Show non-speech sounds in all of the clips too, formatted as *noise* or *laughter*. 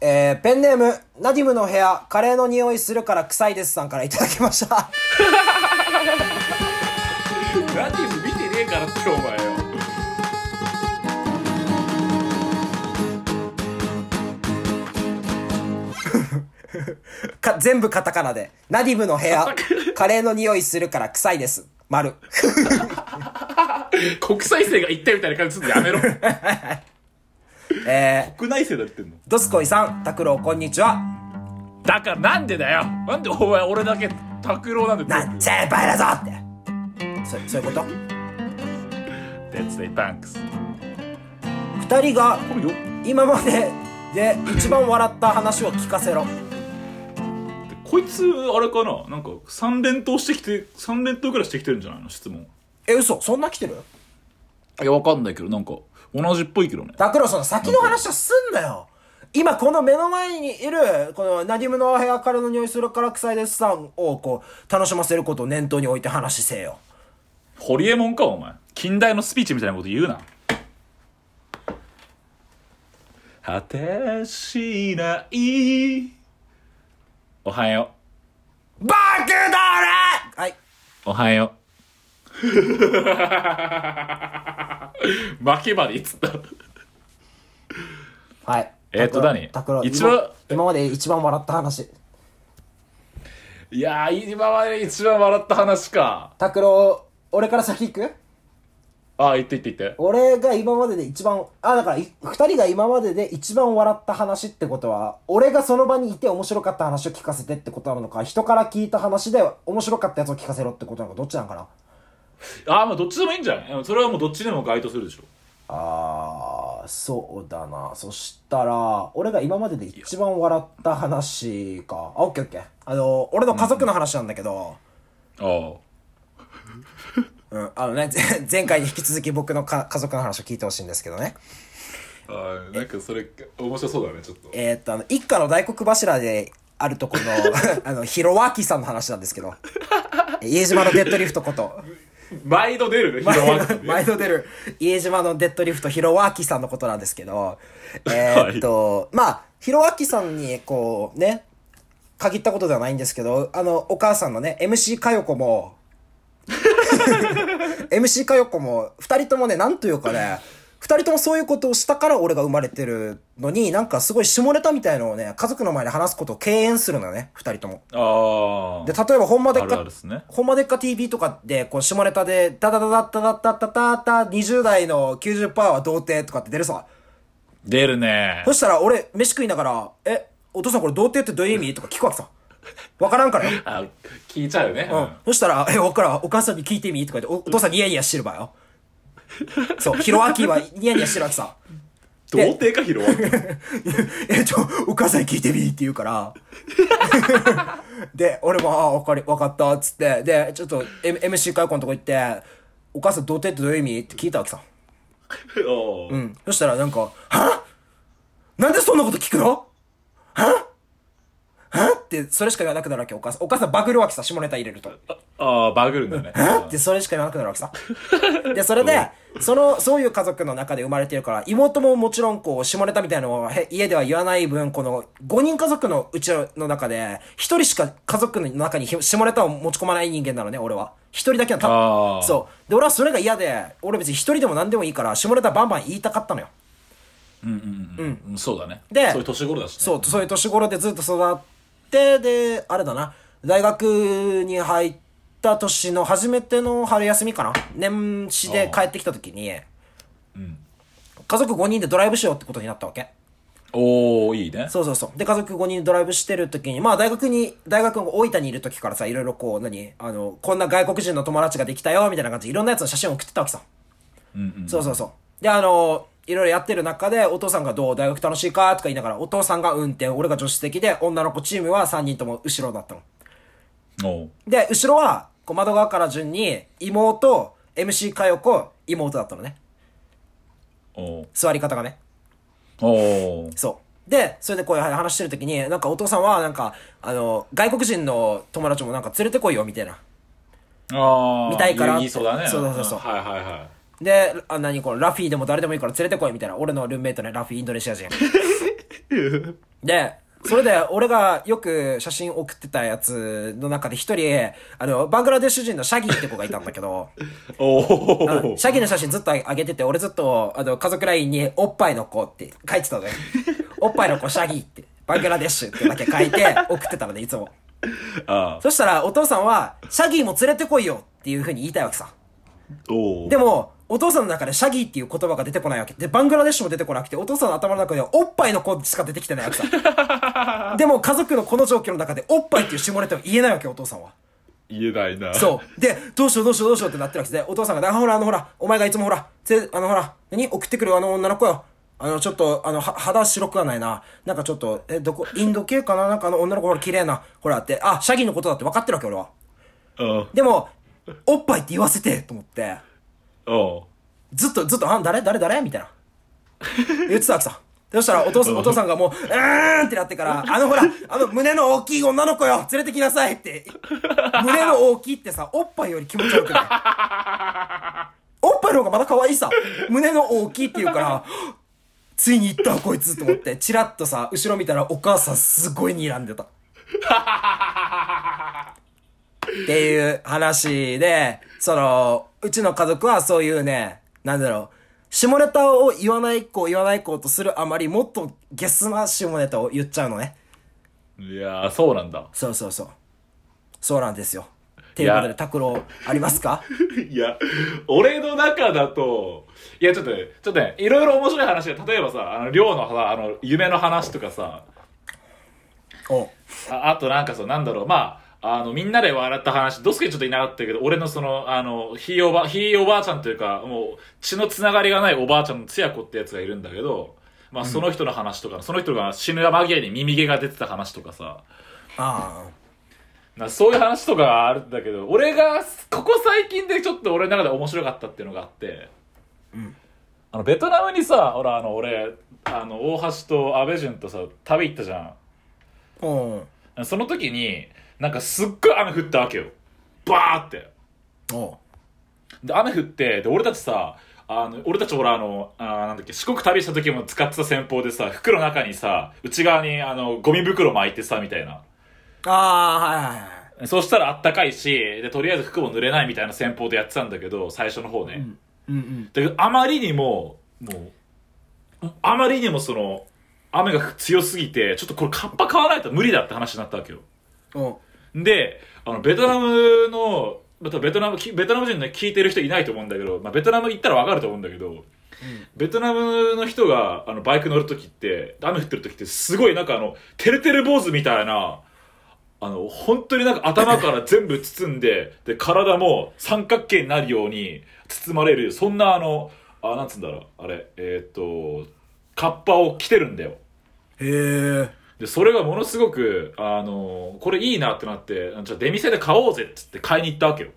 えーペンネーム、ナディムの部屋、カレーの匂いするから臭いですさんからいただきました。 *laughs* ラディブ見てねえからってお前よか全部カタカナで。ナディムの部屋、カレーの匂いするから臭いです。丸。国際生が言ったみたいな感じするのやめろえ国内生だってんのー、ドスコイさん、タクロウこんにちは。だからなんでだよなんでお前俺だけ拓郎なんでなん先輩だぞって。そ、そういうこと絶対バンクス二人がこれよ今までで一番笑った話を聞かせろ。こいつあれかななんか3連投してきて3連投ぐらいしてきてるんじゃないの質問え、嘘そんな来てるいやわかんないけどなんか同じっぽいけどねタクロウその先の話はすんなよ。今この目の前にいる、このナディムの部屋からの匂いするから臭いですさんをこう、楽しませることを念頭に置いて話せよ。ホリエモンかお前近代のスピーチみたいなこと言うな果てしないおはよバクドーラーはいうおはよ *laughs* 負けまで言っつったはい。えーと何タクロウ一番今今まで一番笑った話。いやー今まで一番笑った話かタクロウ俺から先行くああ言って言って言って俺が今までで一番、あ、だからい、二人が今までで一番笑った話ってことは、俺がその場にいて面白かった話を聞かせてってことなのか、人から聞いた話で面白かったやつを聞かせろってことなのか、どっちなのかなああまあどっちでもいいんじゃないそれはもうどっちでも該当するでしょあー、そうだな。そしたら、俺が今までで一番笑った話か。あ、オッケーオッケー。あの、俺の家族の話なんだけど、ああうん、あのね、ぜ前回に引き続き僕のか家族の話を聞いてほしいんですけどね。あーなんかそれ面白そうだねちょっとえーっと、あの、一家の大黒柱であるとこの、 *laughs* あの、ヒロワキさんの話なんですけど、家島のデッドリフトこと、毎度出るね広ワン毎度出る、家島のデッドリフトヒロワキさんのことなんですけど、えーっと、まあ、ヒロワキさんに、こう、ね、限ったことではないんですけど、あの、お母さんのね、MC かよこも、MC かよこも、二人ともね、なんというかね、二人ともそういうことをしたから俺が生まれてるのに、なんかすごい下ネタみたいのをね、家族の前で話すことを敬遠するのね、二人とも。ああで、例えば、ほんまでっあるあかるですねほんまでっか TV とかで、こう、下ネタで、ダダダダダダダダダダ、20代の90%は童貞とかって出るさ。出るねそしたら、俺、飯食いながら、え、お父さんこれ童貞ってどういう意味とか聞くわけさ。わからんからよ。あ聞いちゃうよね、うん。そしたら、え、わからん。お母さんに聞いてみとか言って、おお父さんニヤニヤしてるばよ。そう、ヒロアキはニヤニヤしてるわけさ。童貞か広ワン *laughs* え、ちょ、お母さんに聞いてみって言うから。で、俺も、ああ、わかり、わかった、っつって。で、ちょっと、M、MC 会館のとこ行って、お母さん童貞ってどういう意味って聞いたわけさ。おーうん。そしたらなんか、はなんでそんなこと聞くのははって、それしか言わなくなるわけ、お母さん。お母さんバグるわけさ、下ネタ入れると。ああバグるんだねあで、それしか言わなくなるわ *laughs* けさ。で、それで、その、そういう家族の中で生まれてるから、妹ももちろん、こう、下ネタみたいなのをへ家では言わない分、この、5人家族のうちの中で、1人しか家族の中にひ下ネタを持ち込まない人間なのね、俺は。1人だけのあた、ーそう。で、俺はそれが嫌で、俺別に1人でも何でもいいから、下ネタバンバン言いたかったのよ。うんそうだねでそういう年頃だし、ね、そう、そういう年頃でずっと育って、で、あれだな、大学に入った年の初めての春休みかな年始で帰ってきた時に、家族5人でドライブしようってことになったわけ。おおいいねそうそうそう。で、家族5人でドライブしてる時に、まあ大学に、大学の大分にいる時からさ、いろいろこう、何あの、こんな外国人の友達ができたよ、みたいな感じでいろんなやつの写真を送ってたわけさ。そうそうそう。で、あの、いろいろやってる中で、お父さんがどう大学楽しいかとか言いながら、お父さんが運転、俺が助手席で、女の子チームは3人とも後ろだったの。おうで、後ろは、こう窓側から順に、妹、MC 佳代子、妹だったのね。おう座り方がね。おうそう。で、それでこういう話してる時に、なんかお父さんは、なんか、あの、外国人の友達もなんか連れてこいよ、みたいな。ああ見たいから言いそうだねそうそうそうそうんはいはいはいで、あ、何このラフィーでも誰でもいいから連れてこい、みたいな。俺のルームメイトね、ラフィー、インドネシア人。で、それで、俺がよく写真送ってたやつの中で一人、あの、バングラデシュ人のシャギーって子がいたんだけど、おあのおシャギーの写真ずっと上げてて、俺ずっと、あの、家族 LINE に、おっぱいの子って書いてたのよ。おっぱいの子シャギーって、バングラデシュってだけ書いて送ってたのね、いつも。ああそしたら、お父さんは、シャギーも連れてこいよっていう風に言いたいわけさ。おおでも、お父さんの中でシャギーっていう言葉が出てこないわけ。で、バングラデシュも出てこなくて、お父さんの頭の中ではおっぱいの子しか出てきてないわけさ。でも、家族のこの状況の中で、おっぱいっていう下ネタを言えないわけ、お父さんは。言えないなそう。で、どうしようどうしようどうしようってなってるわけで、お父さんが、あ、ほら、あのほら、お前がいつもほら、つあのほら、何送ってくるあの女の子よ。あの、ちょっと、あの、は、肌白くはないな。なんかちょっと、え、どこ、インド系かななんかあの女の子ほら、綺麗な。ほらって、あ、シャギーのことだって分かってるわけ、俺は。うんでも、おっぱいって言わせて、と思って。おうずっとずっと、あ、誰誰誰み *laughs* たいな。言ってたわけさ。そしたら、お父さん、お父さんがもう、うーんってなって *laughs* から、あのほら、あの胸の大きい女の子よ連れてきなさいって。胸の大きいってさ、おっぱいより気持ち悪くないおっぱいの方がまだ可愛いさ。胸の大きいって言うから、ついに行ったわこいつと思って、チラッとさ、後ろ見たらお母さんすごい睨んでた。っていう話で、その、うちの家族はそういうね、なんだろう、下ネタを言わない子言わない子とするあまりもっとゲスな下ネタを言っちゃうのね。いやーそうなんだそうそうそう。そうなんですよ。っていうこといで、や拓郎、ありますか *laughs* いや俺の中だといやちょっとねちょっとねいろいろ面白い話が例えばさあの寮のさあの夢の話とかさおうああとなんかそうなんだろうまああのみんなで笑った話ドスケちょっといなかったけど俺のそのあのひいおばひいおばあちゃんというかもう血のつながりがないおばあちゃんのつや子ってやつがいるんだけどまあその人の話とか、その人が死ぬ間際に耳毛が出てた話とかさああ。なそういう話とかがあるんだけど俺がここ最近でちょっと俺の中で面白かったっていうのがあって、あのベトナムにさほらあの俺あの大橋と阿部淳とさ旅行ったじゃんおうその時に、なんかすっごい雨降ったわけよ。バーって。おうで、雨降って、で、俺たちさ、あの、俺たちほら、あの、あーなんだっけ、四国旅した時も使ってた戦法でさ、服の中にさ、内側に、あの、ゴミ袋巻いてさ、みたいな。ああ、はいはいはい。そうしたらあったかいし、で、とりあえず服も濡れないみたいな戦法でやってたんだけど、最初の方ね。うんうん。だけどあまりにももうあまりにもその雨が強すぎてちょっとこれカッパ買わないと無理だって話になったわけよおうであのベトナムのまたベトナムきベトナム人ね聞いてる人いないと思うんだけど、まあ、ベトナム行ったらわかると思うんだけど、ベトナムの人があのバイク乗る時って雨降ってる時ってすごいなんかあのてるてる坊主みたいなあの本当になんか頭から全部包んでで体も三角形になるように包まれるそんなあのあなんつうんだろうあれえーっとカッパを着てるんだよへえ。でそれがものすごくあのこれいいなってなってじゃあ出店で買おうぜっつって買いに行ったわけよ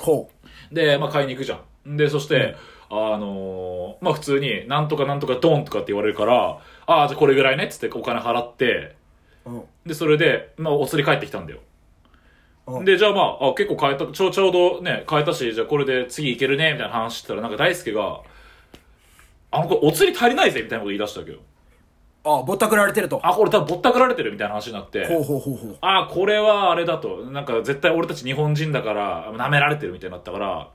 ほう。で、まあ、買いに行くじゃん。で、そして、あのーまあ、普通に、なんとかなんとかドンとかって言われるから、ああ、じゃあこれぐらいねっつってお金払って、うん。で、それで、まあ、お釣り帰ってきたんだよ。うんで、じゃあまあ、あ結構変えた、ちょちょうどね、変えたし、じゃあこれで次行けるね、みたいな話してたら、なんか大輔が、あの、これお釣り足りないぜ、みたいなこと言い出したわけど、あ、ぼったくられてると。あ、これ多分ぼったくられてる、みたいな話になって、ほうほうほうほう。ああ、これはあれだと。なんか絶対俺たち日本人だから、舐められてるみたいになったから、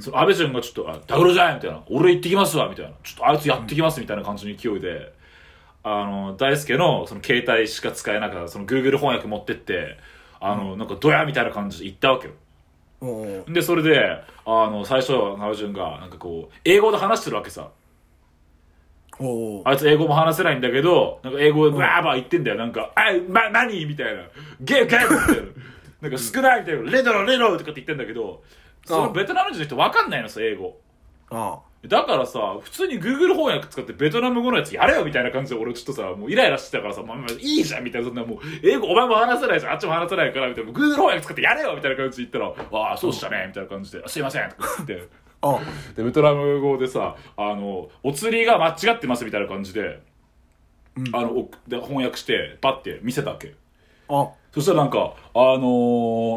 その安倍淳がちょっと、あ、ダブルじゃんみたいな。俺行ってきますわみたいな。ちょっとあいつやってきますみたいな感じの勢いで、あの、大輔のその携帯しか使えなかった、その Google 翻訳持ってって、あの、なんかドヤみたいな感じで行ったわけよ。おうで、それで、あの、最初、安倍淳が、なんかこう、英語で話してるわけさ。おうおう。あいつ英語も話せないんだけど、なんか英語でわーばー言ってんだよ。なんか、あい、ま、何みたいな。ゲーゲーみたいな。なんか少ないみたいな。レドロレドロとかって言ってんだけど、そのベトナム人の人わかんないのさ、英語。あだからさ、普通に Google 翻訳使ってベトナム語のやつやれよみたいな感じで俺ちょっとさ、もうイライラしてたからさ、まあまあいいじゃんみたいな、そんなもう、英語お前も話せないじゃん、あっちも話せないから、みたいな、Google 翻訳使ってやれよみたいな感じで言ったら、ああ、そうっしたね、みたいな感じで、すいませんとか言って。あ。ああ。で、ベトナム語でさ、あの、お釣りが間違ってますみたいな感じで、あの、おで翻訳して、パッて見せたわけ。あそしたらなんか、あの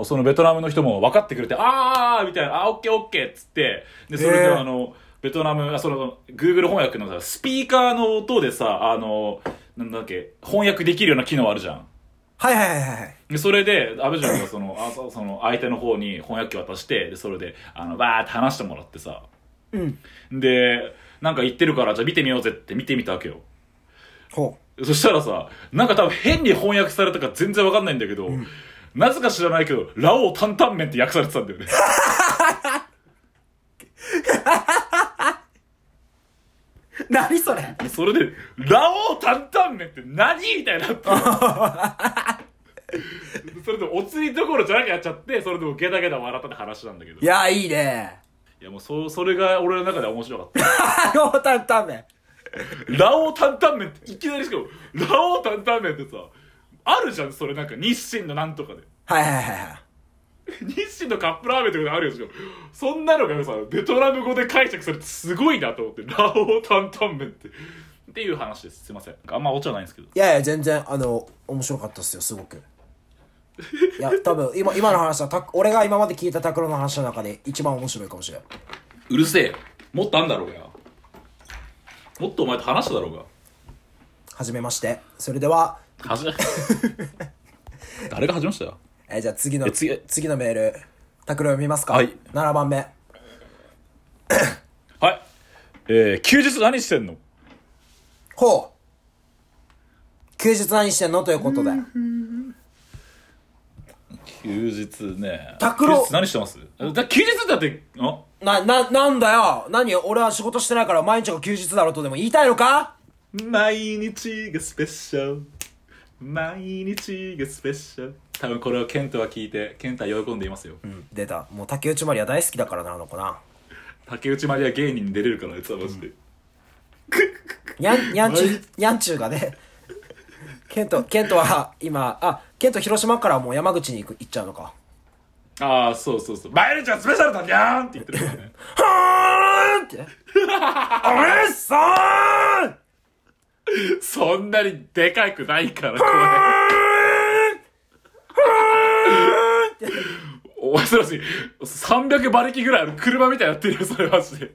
ーそのベトナムの人も分かってくれて、あーみたいな、あー、オッケーオッケーっつって、で、それへでーあの、ベトナム、あその、Google 翻訳のさ、スピーカーの音でさ、あの、なんだっけ、翻訳できるような機能あるじゃん。はいはいはいはいはい。で、それで、安倍ちゃんがその、あそその相手の方に翻訳機渡して、で、それで、あの、バーって話してもらってさ。うん。で、なんか言ってるから、じゃあ見てみようぜって見てみたわけよ。ほそしたらさ、なんか多分変に翻訳されたか全然わかんないんだけど、なぜか知らないけど、ラオウ担々麺って訳されてたんだ *laughs* よね。う。 *laughs* 何それそれで、ラオウ担々麺って何みたいに *laughs* なって。それでお釣りどころじゃなくやっちゃって、それでもゲタゲタ笑ったって話なんだけど。いいや、いいね。やもうそ、それが俺の中では面白かっ *laughs* た。よう担々麺。ラオウ担々麺っていきなりしかも、ラオウ担々麺ってさ、あるじゃん、それなんか日清のなんとかで。はいはいはいはい。日清のカップラーメンとかあるでしょそんなのがさベトナム語で解釈されてすごいなと思ってラオウ担々麺ってっていう話ですすいませんあんまオチはないんですけどいやいや、全然、あの、面白かったっすよ、すごく。い *laughs* や、多分、今、今の話は、た俺が今まで聞いた拓郎の話の中で一番面白いかもしれない。うるせえよもっとあんだろうがよもっとお前と話しただろうがはじめまして。それでは、はじめ *laughs* 誰が始めましたよえーじゃあ次の、え次次のメール、拓郎読みますか。はい7番目。はいえー、休日何してんのほう。休日何してんのということで。休日ね拓郎休日何してますだ休日だってあな、な、なんだよ何俺は仕事してないから毎日が休日だろうとでも言いたいのか毎日がスペシャル毎日がスペシャル多分これをケントは聞いてケントは喜んでいますよ、うん、出た。もう竹内まりは大好きだからな、あの子な。竹内まりは芸人に出れるからねマジで、にゃん、にゃんちゅう、にゃんちゅうがね、ケント、ケントは今、あ、ケント広島からもう山口に行く行っちゃうのか。ああそうそうそう「マイルちゃんスペシャルだにゃーん!」って言ってるからねはーんって。おれっさーんそんなにでかくないからこれお恐ろしい300馬力ぐらいある車みたいになってるよそれマジで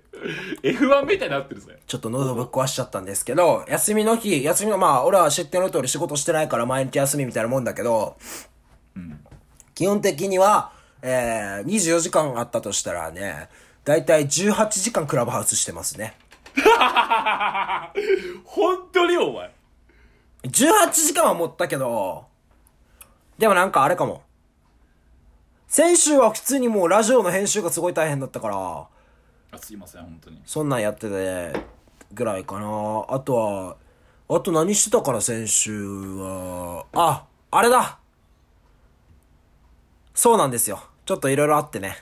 F1 みたいになってるぜちょっと喉ぶっ壊しちゃったんですけど、休みの日、休みの、まあ、俺は知っての通り仕事してないから毎日休みみたいなもんだけど、基本的には、えー、24時間あったとしたらね、だいたい18時間クラブハウスしてますね。本当にお前18時間は持ったけど、でもなんかあれかも。先週は普通にもうラジオの編集がすごい大変だったから、あすいません本当にそんなんやっててぐらいかな。あとは、あと何してたから先週は、あ、あれだそうなんですよ。ちょっといろいろあってね。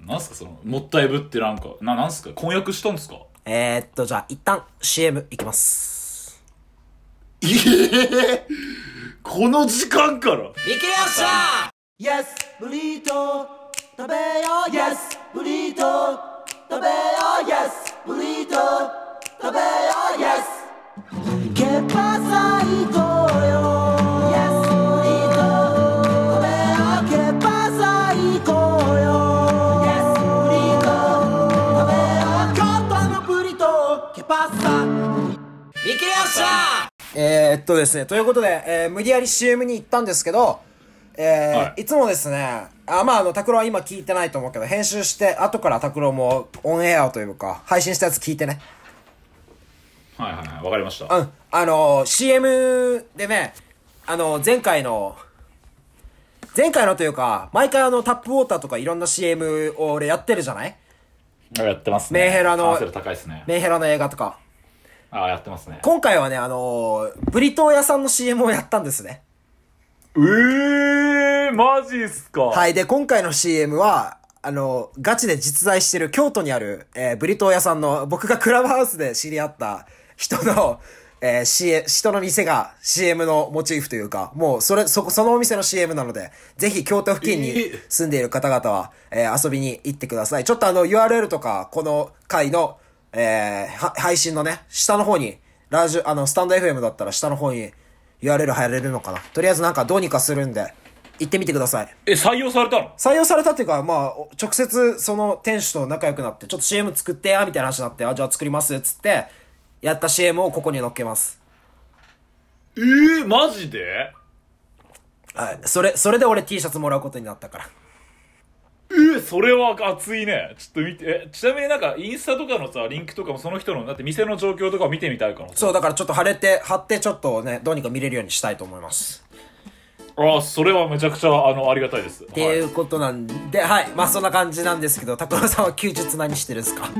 なんすかそのもったいぶってなんかななんすか婚約したんですかえー、っと、じゃあ一旦 CM いきます。ええこの時間からいけよっしゃ Yes, burrito, tabeo, yes, burrito, tabeo, yes, burrito, tabeo, yes. Que pasa y coyo? Yes, burrito, tabeo, que pasa y coyo? Yes, burrito, tabeo, canta no burrito, que pasa? いけよっしゃえー、っとですね、ということで、えー無理やり CM に行ったんですけど、えーはいい、つもですね、あ、まあ、あの、拓郎は今聞いてないと思うけど、編集して、後から拓郎もオンエアというか、配信したやつ聞いてね。はいはいはいわかりましたうん。あのー、CM でね、あのー、前回の、前回のというか、毎回あの、タップウォーターとかいろんな CM を俺やってるじゃないやってますメンヘラの完成度高いですねメンヘラの映画とか。ああやってますね今回はね、あのー、ブリトー屋さんの CM をやったんですね。ええー、マジっすかはいはい。で、今回の CM は、あの、ガチで実在してる京都にある、えーブリトー屋さんの、僕がクラブハウスで知り合った人の、えー、CM、人の店が CM のモチーフというか、もうそれ、そこ、そのお店の CM なので、ぜひ京都付近にえ住んでいる方々は、えー遊びに行ってください。ちょっとあの URL とか、この回の、えーは配信のね、下の方に、ラジオ、あの、スタンド FM だったら下の方に URL 入れるのかな。とりあえずなんかどうにかするんで、行ってみてください。え採用されたの採用されたっていうか、まあ、お直接その店主と仲良くなって、ちょっと CM 作ってや、みたいな話になって、あ、じゃあ作ります、っつって、やった CM をここに載っけます。えー、マジではい。それ、それで俺 T シャツもらうことになったから。えー、それは熱いね。ちょっと見て。え、ちなみになんか、インスタとかのさ、リンクとかもその人の、だって店の状況とかを見てみたいからさ。そう、だからちょっと貼れて、貼ってちょっとね、どうにか見れるようにしたいと思います。ああ、それはめちゃくちゃ、あの、ありがたいです。っていうことなんで、はい。まあそんな感じなんですけど、拓郎さんは休日何してるんですか